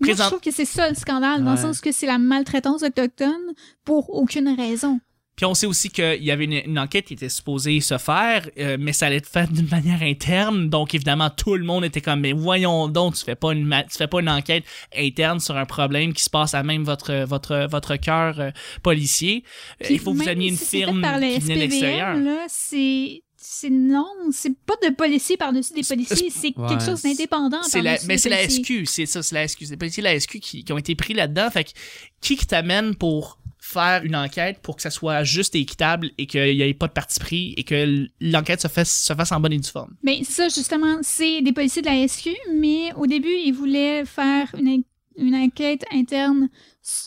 Speaker 1: Présent-
Speaker 5: je trouve que c'est ça le scandale, dans le
Speaker 1: Ouais.
Speaker 5: sens que c'est la maltraitance autochtone pour aucune raison.
Speaker 1: Puis on sait aussi qu'il y avait une, une enquête qui était supposée se faire, euh, mais ça allait être fait d'une manière interne. Donc évidemment, tout le monde était comme, mais voyons donc, tu fais pas une, ma- tu fais pas une enquête interne sur un problème qui se passe à même votre votre votre cœur euh, policier. Euh,
Speaker 5: Puis
Speaker 1: Il faut que vous
Speaker 5: même
Speaker 1: ameniez une
Speaker 5: si c'est fait
Speaker 1: firme
Speaker 5: par le
Speaker 1: qui vient de l'extérieur.
Speaker 5: SPVM, là, c'est c'est non, c'est pas de policiers par-dessus des
Speaker 1: C'est-
Speaker 5: policiers, c'est
Speaker 3: ouais.
Speaker 5: quelque chose d'indépendant.
Speaker 1: C'est la,
Speaker 5: par-dessus
Speaker 1: mais
Speaker 5: des
Speaker 1: c'est la
Speaker 5: policiers.
Speaker 1: SQ, c'est ça, c'est la SQ. C'est les policiers de la SQ qui, qui ont été pris là-dedans. Fait que qui qui t'amène pour faire une enquête pour que ça soit juste et équitable et qu'il n'y ait pas de parti pris et que l'enquête se fasse, se fasse en bonne et due forme?
Speaker 5: Mais ça, justement, c'est des policiers de la SQ, mais au début, ils voulaient faire une, en- une enquête interne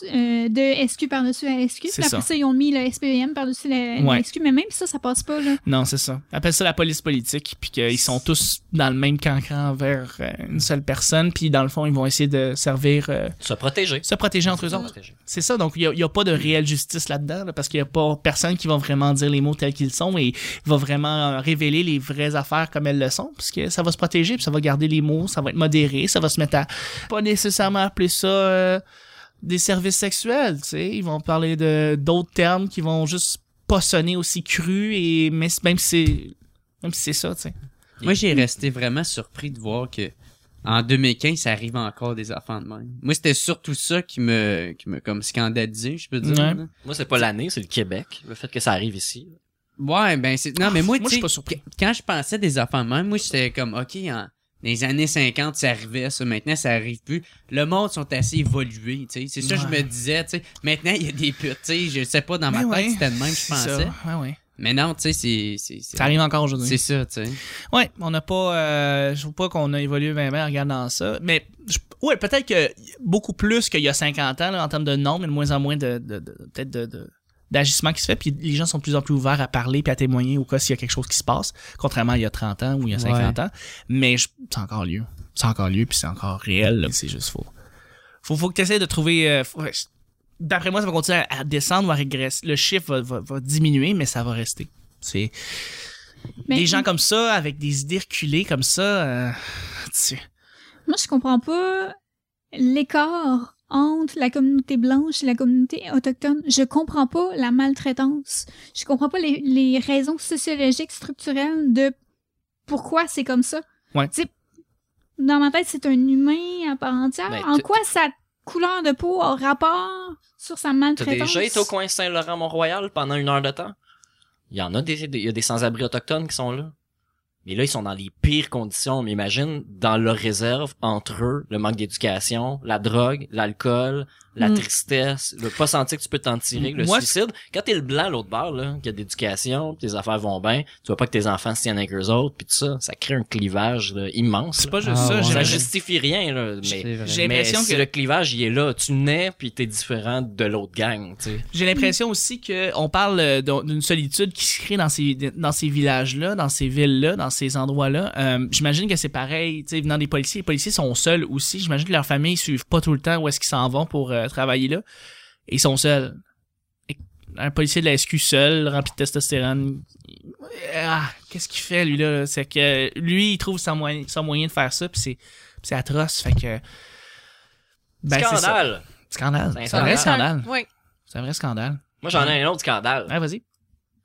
Speaker 5: euh, de SQ par-dessus la SQ.
Speaker 1: C'est
Speaker 5: Puis après
Speaker 1: ça.
Speaker 5: ça. ils ont mis le SPVM par-dessus la, la
Speaker 1: Ouais.
Speaker 5: SQ, mais même ça, ça passe pas, là.
Speaker 1: Non, c'est ça. Appelle ça la police politique, puis qu'ils sont tous dans le même cancan vers euh, une seule personne, puis dans le fond, ils vont essayer de servir, euh,
Speaker 2: Se protéger.
Speaker 1: se protéger entre eux
Speaker 2: Se
Speaker 1: autres.
Speaker 2: protéger.
Speaker 1: C'est ça, donc il n'y a, pas de réelle justice là-dedans, là, parce qu'il n'y a pas personne qui va vraiment dire les mots tels qu'ils sont et va vraiment euh, révéler les vraies affaires comme elles le sont, parce que ça va se protéger, puis ça va garder les mots, ça va être modéré, ça va se mettre à pas nécessairement appeler ça euh, des services sexuels, tu sais, ils vont parler de d'autres termes qui vont juste pas sonner aussi cru et mais c- même si c'est même si c'est ça, tu sais.
Speaker 3: Moi, j'ai resté vraiment surpris de voir que en 2015, ça arrive encore des enfants de même. Moi, c'était surtout ça qui me, qui me comme scandalisé, je peux dire.
Speaker 1: Ouais.
Speaker 3: là.
Speaker 2: Moi, c'est pas l'année, c'est le Québec. Le fait que ça arrive ici.
Speaker 3: Ouais, ben c'est. Non, mais moi,
Speaker 1: moi je
Speaker 3: tu sais,
Speaker 1: suis pas surpris.
Speaker 3: quand je pensais des enfants de même, moi, j'étais comme, OK, en, dans les années 50, ça arrivait, ça. Maintenant, ça arrive plus. Le monde sont assez évolués, tu sais. C'est ça que je
Speaker 1: Ouais.
Speaker 3: me disais, tu sais. Maintenant, il y a des putes, tu sais. Je sais pas, dans ma
Speaker 1: Ben
Speaker 3: tête,
Speaker 1: ouais,
Speaker 3: c'était le même, je
Speaker 1: c'est
Speaker 3: pensais.
Speaker 1: Ça. Ouais, ouais.
Speaker 3: Mais non, tu sais, c'est. c'est- c'est-
Speaker 1: ça arrive encore aujourd'hui.
Speaker 3: C'est ça, tu sais.
Speaker 1: Ouais, on n'a pas. euh, je trouve pas qu'on a évolué bien, bien en regardant ça. Mais je- ouais, peut-être que beaucoup plus qu'il y a 50 ans là, en termes de nombre et de moins en moins de, de, de- peut-être de, de- d'agissement qui se fait. Puis les gens sont de plus en plus ouverts à parler puis à témoigner au cas s'il y a quelque chose qui se passe, contrairement à il y a 30 ans ou il y a 50 ans. Mais je- c'est encore lieu. C'est encore lieu puis c'est encore réel. là. C'est juste faux. Faut, faut que tu essaies de trouver. euh, faut- ouais, je- d'après moi, ça va continuer à, à descendre ou à régresser. Le chiffre va, va, va diminuer, mais ça va rester. C'est
Speaker 5: Mais
Speaker 1: des gens comme ça, avec des idées reculées comme ça, euh, tu-
Speaker 5: Moi, je comprends pas l'écart entre la communauté blanche et la communauté autochtone. Je comprends pas la maltraitance. Je comprends pas les, les raisons sociologiques, structurelles de pourquoi c'est comme ça.
Speaker 1: Ouais.
Speaker 5: Tu sais, dans ma tête, c'est un humain à part entière.
Speaker 2: Ben,
Speaker 5: en
Speaker 2: t-
Speaker 5: quoi ça couleur de peau a rapport sur sa
Speaker 2: T'as
Speaker 5: maltraitance.
Speaker 2: déjà été au coin Saint-Laurent-Mont-Royal pendant une heure de temps? Il y en a des, des- il y a des sans-abri autochtones qui sont là. Mais là, ils sont dans les pires conditions. Mais imagine, dans leur réserve, entre eux, le manque d'éducation, la drogue, l'alcool, la
Speaker 4: Mm.
Speaker 2: tristesse, le pas sentir que tu peux t'en tirer, le
Speaker 1: Moi,
Speaker 2: suicide. Quand t'es le blanc à l'autre bord, là, qu'il y a d'éducation, pis tes affaires vont bien, tu vois pas que tes enfants se tiennent avec eux autres, puis tout ça, ça crée un clivage là, immense.
Speaker 1: C'est
Speaker 2: là.
Speaker 1: pas juste
Speaker 3: Ah,
Speaker 1: ça.
Speaker 3: ouais.
Speaker 1: j'ai
Speaker 2: Ça
Speaker 1: la-
Speaker 2: justifie rien, là, mais...
Speaker 3: C'est vrai.
Speaker 1: j'ai-
Speaker 2: Mais
Speaker 1: l'impression
Speaker 2: si
Speaker 1: que-
Speaker 2: le clivage, il est là. Tu nais, puis t'es différent de l'autre gang, tu sais.
Speaker 1: J'ai l'impression aussi que on parle euh, d'un- d'une solitude qui se crée dans ces dans ces villages-là, dans ces villes-là, dans ces endroits-là. Euh, J'imagine que c'est pareil. Tu sais, venant des policiers, les policiers sont seuls aussi. J'imagine que leurs familles ils suivent pas tout le temps où est-ce qu'ils s'en vont pour euh, travailler là. Et ils sont seuls. Et un policier de la SQ seul, rempli de testostérone. Ah, qu'est-ce qu'il fait lui là C'est que lui, il trouve son moyen, son moyen de faire ça, puis c'est puis c'est atroce. Fait que ben, c'est ça.
Speaker 2: scandale!
Speaker 1: Scandale.
Speaker 2: C'est un
Speaker 1: C'est un vrai
Speaker 4: C'est un-
Speaker 1: scandale.
Speaker 4: Oui.
Speaker 1: C'est un vrai scandale.
Speaker 2: Moi, j'en ai un autre scandale.
Speaker 1: Ouais, vas-y.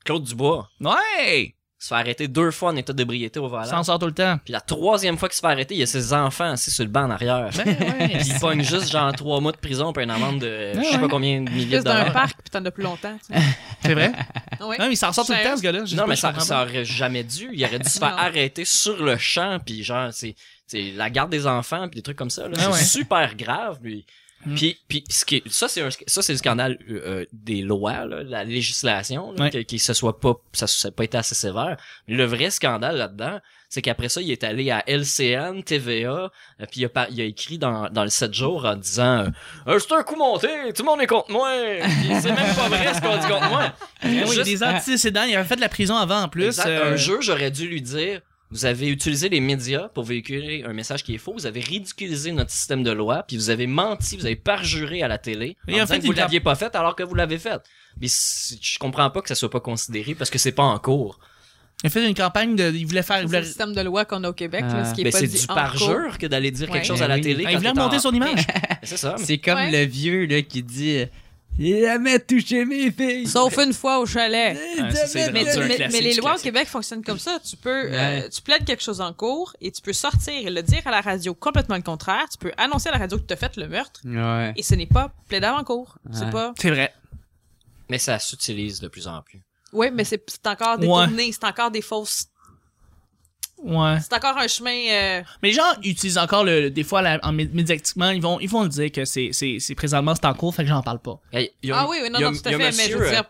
Speaker 2: Claude Dubois
Speaker 1: Ouais!
Speaker 2: se fait arrêter deux fois en état d'ébriété au volant.
Speaker 1: Ça en sort tout le temps.
Speaker 2: Puis la troisième fois qu'il se fait arrêter, il y a ses enfants assis sur le banc en arrière.
Speaker 1: Ben [LAUGHS] ouais.
Speaker 2: Puis il pogne juste genre trois mois de prison puis une amende de
Speaker 1: Ah
Speaker 2: je sais pas combien de milliers de
Speaker 4: Plus d'un
Speaker 2: dollars.
Speaker 4: parc, puis t'en as plus longtemps. tu sais.
Speaker 1: C'est vrai?
Speaker 4: Oui.
Speaker 1: Non, mais il s'en sort tout le temps, ce gars-là. Je sais
Speaker 2: Non,
Speaker 1: pas,
Speaker 2: mais
Speaker 1: je
Speaker 2: ça,
Speaker 1: comprends
Speaker 2: ça
Speaker 1: pas.
Speaker 2: aurait jamais dû. Il aurait dû se
Speaker 4: Non.
Speaker 2: faire arrêter sur le champ, puis genre, c'est c'est la garde des enfants, puis des trucs comme ça. là.
Speaker 1: Ah
Speaker 2: C'est
Speaker 1: ouais.
Speaker 2: super grave, lui.
Speaker 1: Mm.
Speaker 2: Puis, puis ce qui est- ça, c'est un- ça, c'est le scandale euh, euh, des lois, là, la législation, là,
Speaker 1: Ouais.
Speaker 2: que, que ça soit pas, ça n'a pas été assez sévère. Mais le vrai scandale là-dedans, c'est qu'après ça, il est allé à LCN, TVA, euh, puis il a, par- il a écrit dans, dans le 7 jours en disant euh, Euh, C'est un coup monté, tout le monde est contre moi! Puis C'est même pas vrai ce qu'on dit contre moi!
Speaker 1: Ah oui,
Speaker 2: Juste-
Speaker 1: des antécédents. Il avait fait de la prison avant, en plus.
Speaker 2: Exact.
Speaker 1: euh,
Speaker 2: Un jeu, j'aurais dû lui dire vous avez utilisé les médias pour véhiculer un message qui est faux, vous avez ridiculisé notre système de loi, puis vous avez menti, vous avez parjuré à la télé
Speaker 1: Et
Speaker 2: en
Speaker 1: en
Speaker 2: disant
Speaker 1: fait,
Speaker 2: que vous
Speaker 1: il l'a-
Speaker 2: l'aviez pas fait alors que vous l'avez fait. Mais c- je comprends pas que ça soit pas considéré parce que c'est pas en cours.
Speaker 1: Il a fait une campagne de. Il voulait faire.
Speaker 4: C'est
Speaker 1: Il
Speaker 4: le
Speaker 1: voulait,
Speaker 4: système de loi qu'on a au Québec,
Speaker 3: Ah.
Speaker 4: là, ce qui est
Speaker 2: Mais
Speaker 4: pas
Speaker 2: c'est
Speaker 4: dit
Speaker 2: du
Speaker 4: en cours.
Speaker 2: parjure que d'aller dire quelque
Speaker 4: Ouais.
Speaker 2: chose à la
Speaker 3: Oui.
Speaker 2: télé.
Speaker 1: Ah,
Speaker 2: quand
Speaker 1: il voulait
Speaker 2: t'es en-
Speaker 1: remonter son
Speaker 2: [LAUGHS]
Speaker 1: image.
Speaker 2: C'est ça.
Speaker 1: Ah,
Speaker 2: mais-
Speaker 3: C'est comme
Speaker 4: Ouais.
Speaker 3: le vieux là, qui dit Il a jamais touché mes filles.
Speaker 4: Sauf une fois au chalet.
Speaker 1: Ah, ça, c'est
Speaker 4: Mais,
Speaker 1: vrai, c'est un
Speaker 4: mais-
Speaker 1: classique,
Speaker 4: mais les
Speaker 1: c'est
Speaker 4: lois au
Speaker 1: classique.
Speaker 4: Québec fonctionnent comme ça. Tu peux, euh,
Speaker 3: Ouais.
Speaker 4: tu plaides quelque chose en cours et tu peux sortir et le dire à la radio complètement le contraire. Tu peux annoncer à la radio que tu as fait le meurtre
Speaker 3: Ouais.
Speaker 4: et ce n'est pas plaidable en cours. C'est
Speaker 3: Ouais.
Speaker 4: pas.
Speaker 1: C'est vrai.
Speaker 2: Mais ça s'utilise de plus en plus.
Speaker 4: Oui, mais c'est c'est encore détourné, c'est encore des fausses.
Speaker 1: Ouais.
Speaker 4: C'est encore un chemin. euh,
Speaker 1: Mais les gens utilisent encore le. Des fois, la- en mé- médiatiquement, ils vont, ils vont le dire que c'est, c'est, c'est présentement, c'est en cours, fait que j'en parle pas.
Speaker 2: Il y a- il y a-
Speaker 4: Ah oui, oui, non,
Speaker 2: il y a-
Speaker 4: non, tout à
Speaker 2: il y
Speaker 4: fait.
Speaker 2: a
Speaker 4: Mais
Speaker 2: monsieur,
Speaker 4: je veux
Speaker 2: euh,
Speaker 4: dire,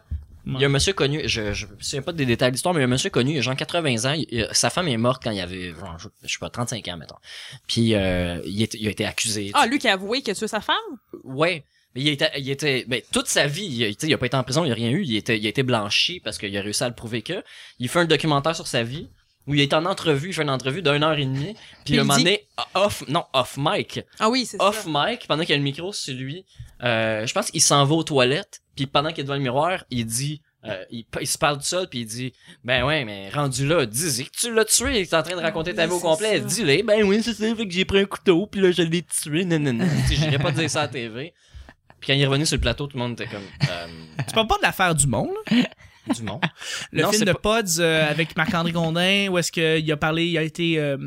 Speaker 2: Il y a un monsieur connu, je, je me souviens pas des détails de l'histoire, mais il y a un monsieur connu, il a genre 80 ans, il- il- sa femme est morte quand il avait, genre, je, je sais pas, 35 ans, mettons. Puis euh, il, est- il a été accusé.
Speaker 4: ah, lui qui a avoué qu'il a tué sa femme?
Speaker 2: Ouais. Mais il était, il était, ben, toute sa vie, il, a- tu sais, il a pas été en prison, il a rien eu, il était, il a été blanchi parce qu'il a réussi à le prouver que. Il fait un documentaire sur sa vie, où il est en entrevue, il fait une entrevue d'une heure et demie, puis
Speaker 4: il
Speaker 2: il a
Speaker 4: dit-
Speaker 2: donné, off, non, off mic,
Speaker 4: Ah oui, c'est
Speaker 2: off
Speaker 4: ça.
Speaker 2: mic pendant qu'il y a le micro sur lui. Euh, je pense qu'il s'en va aux toilettes, puis pendant qu'il est devant le miroir, il dit euh, il, pa- il se parle tout seul puis il dit ben ouais mais rendu là dis que tu l'as tué t'es en train de raconter ta vie au
Speaker 4: Ah Oui, c'est
Speaker 2: complet
Speaker 4: ça.
Speaker 2: dis-le ben oui c'est ça fait que j'ai pris un couteau puis là je l'ai tué non non non Tu sais, j'irais pas dire ça à la
Speaker 4: [LAUGHS]
Speaker 2: TV puis quand il est revenu sur le plateau tout le monde était comme euh,
Speaker 1: Tu parles pas de l'affaire du monde, là?
Speaker 2: du monde
Speaker 1: [LAUGHS] Le
Speaker 2: Non,
Speaker 1: film
Speaker 2: c'est
Speaker 1: de
Speaker 2: pas-
Speaker 1: Pods euh, avec Marc-André Gondin, où est-ce qu'il a parlé, il a été euh,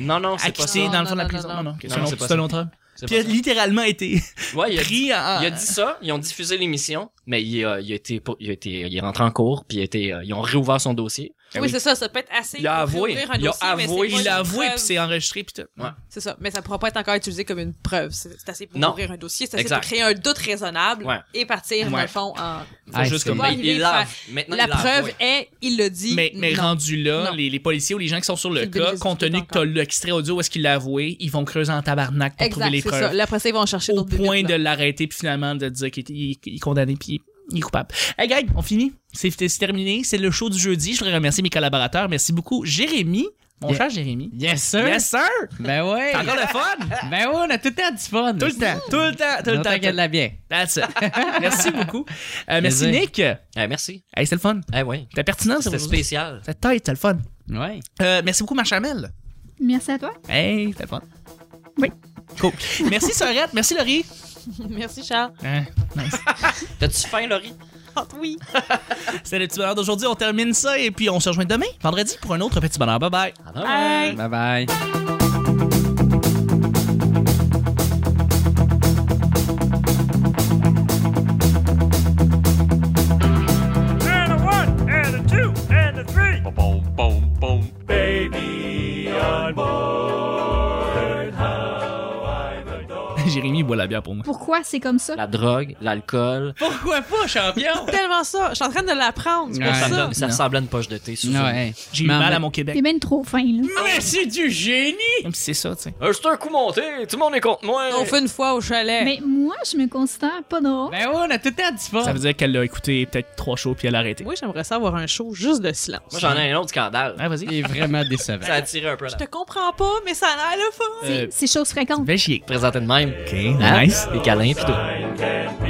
Speaker 2: non non c'est pas ça
Speaker 1: acquitté
Speaker 4: ça.
Speaker 1: dans le
Speaker 4: Non,
Speaker 1: fond de la
Speaker 4: non,
Speaker 1: prison.
Speaker 4: non,
Speaker 1: Non, non,
Speaker 4: non.
Speaker 1: c'est
Speaker 2: Non,
Speaker 1: un
Speaker 2: c'est
Speaker 1: autre-
Speaker 2: pas
Speaker 1: c'est un
Speaker 2: ça.
Speaker 1: autre homme.
Speaker 2: C'est
Speaker 1: Puis
Speaker 2: pas
Speaker 1: il a
Speaker 2: ça.
Speaker 1: littéralement été
Speaker 2: ouais il a
Speaker 1: pris en.
Speaker 2: Il a dit ça, ils ont diffusé l'émission, mais il a, il a été, pour- il a été, il est rentré en cours, puis il a été, euh, ils ont réouvert son dossier.
Speaker 4: Oui, c'est ça, ça peut être assez.
Speaker 2: Eh Il a
Speaker 4: pour
Speaker 2: avoué,
Speaker 4: réouvrir un
Speaker 2: il a
Speaker 4: dossier, mais
Speaker 2: avoué,
Speaker 4: c'est pas
Speaker 1: Il l'a
Speaker 4: une
Speaker 1: avoué, puis
Speaker 4: preuve.
Speaker 1: c'est enregistré, puis tout.
Speaker 2: Ouais.
Speaker 4: C'est ça, mais ça pourra pas être encore utilisé comme une preuve. C'est c'est assez pour
Speaker 2: Non.
Speaker 4: ouvrir un dossier, c'est assez
Speaker 2: Exact.
Speaker 4: pour créer un doute raisonnable
Speaker 2: Ouais.
Speaker 4: et partir, dans
Speaker 1: Ouais.
Speaker 4: le fond, en...
Speaker 1: Faut
Speaker 3: Ah,
Speaker 1: juste
Speaker 3: c'est-
Speaker 1: comme-
Speaker 4: Ouais,
Speaker 2: Mais
Speaker 4: arrivé
Speaker 2: il
Speaker 4: de
Speaker 2: l'a, maintenant
Speaker 4: La
Speaker 2: il l'a
Speaker 4: preuve
Speaker 2: avoué.
Speaker 4: est, il le dit.
Speaker 1: Mais, mais
Speaker 4: non.
Speaker 1: rendu là,
Speaker 4: Non.
Speaker 1: les, les policiers ou les gens qui sont sur le
Speaker 4: Ils
Speaker 1: cas,
Speaker 4: délistent
Speaker 1: compte
Speaker 4: tout
Speaker 1: tenu que t'as
Speaker 4: encore.
Speaker 1: l'extrait audio où est-ce qu'il l'a avoué, ils vont creuser en tabarnak pour
Speaker 4: Exact,
Speaker 1: trouver les
Speaker 4: c'est ça.
Speaker 1: preuves.
Speaker 4: Là, Après ça, ils vont chercher
Speaker 1: Au
Speaker 4: d'autres
Speaker 1: point
Speaker 4: bébés,
Speaker 1: de
Speaker 4: là.
Speaker 1: l'arrêter, puis finalement de dire qu'il est- il est, il est condamné, puis il est coupable. Hey Greg, on finit. C'est c'est terminé. C'est le show du jeudi. Je voudrais remercier mes collaborateurs. Merci beaucoup. Jérémy, mon
Speaker 3: Yeah.
Speaker 1: cher Jérémy.
Speaker 3: Yes, sir.
Speaker 1: Yes, sir!
Speaker 3: Ben ouais.
Speaker 1: T'as encore le fun?
Speaker 3: Ben ouais, on a [LAUGHS] tout le temps du fun.
Speaker 1: Tout le temps, tout le temps, tout le
Speaker 3: Longtemps qu'il y a
Speaker 1: temps.
Speaker 3: de la bière.
Speaker 1: That's it. Merci beaucoup. Euh, merci
Speaker 3: Plaisir.
Speaker 1: Nick. Hey,
Speaker 2: Eh, merci.
Speaker 1: c'était le fun.
Speaker 2: Eh ouais.
Speaker 1: C'était pertinent, ça.
Speaker 2: C'était spécial.
Speaker 1: C'était tight, c'était le fun.
Speaker 3: Ouais.
Speaker 1: Euh, merci beaucoup, ma chamelle.
Speaker 5: Merci à toi.
Speaker 1: Hey, c'était le fun.
Speaker 5: Oui.
Speaker 1: Cool. Merci Sorette, merci Laurie. Hein,
Speaker 4: Merci, Charles.
Speaker 1: nice. [LAUGHS]
Speaker 2: T'as-tu faim, Laurie?
Speaker 4: Ah, oui.
Speaker 1: C'est le petit bonheur d'aujourd'hui. On termine ça et puis on se rejoint demain, vendredi, pour un autre petit bonheur. Bye [LAUGHS] bye.
Speaker 2: Ah non.
Speaker 4: Bye.
Speaker 3: Bye bye.
Speaker 1: Jérémy boit la bière pour moi.
Speaker 5: Pourquoi c'est comme ça?
Speaker 2: La drogue, l'alcool.
Speaker 3: Pourquoi pas, champion?
Speaker 4: Tellement ça. Je suis en train de l'apprendre. C'est pour
Speaker 3: Ouais.
Speaker 2: Ça, me
Speaker 4: ça.
Speaker 2: donne- ça
Speaker 1: Non.
Speaker 2: ressemble à une poche de thé. sous une-
Speaker 3: Ouais.
Speaker 1: J'ai eu
Speaker 3: Mais en
Speaker 1: mal
Speaker 3: même-
Speaker 1: à mon Ah, Québec.
Speaker 5: T'es bien trop fin, là.
Speaker 3: Mais c'est du génie!
Speaker 1: Comme si C'est ça, tu sais.
Speaker 2: Euh, C'est un coup monté. Tout le monde est contre moi.
Speaker 4: Euh, On fait une fois au chalet.
Speaker 5: Mais moi, je me considère pas drôle.
Speaker 3: Ben ouais, on a tout le temps du fun.
Speaker 1: Ça veut dire qu'elle l'a écouté peut-être trois shows puis elle a arrêté.
Speaker 4: Moi, j'aimerais ça avoir un show juste de silence.
Speaker 2: Moi, j'en ai un autre scandale.
Speaker 1: Ah, vas-y.
Speaker 3: Il est vraiment décevant.
Speaker 2: Ça a attiré un peu.
Speaker 4: Je te comprends pas, mais ça a l'air le fun.
Speaker 2: Ben,
Speaker 1: Euh,
Speaker 5: C'est chose fréquente.
Speaker 1: ben, j'y ai.
Speaker 2: Présenté de même.
Speaker 1: Ok, nice.
Speaker 2: Des câlins pis tout.
Speaker 6: Time can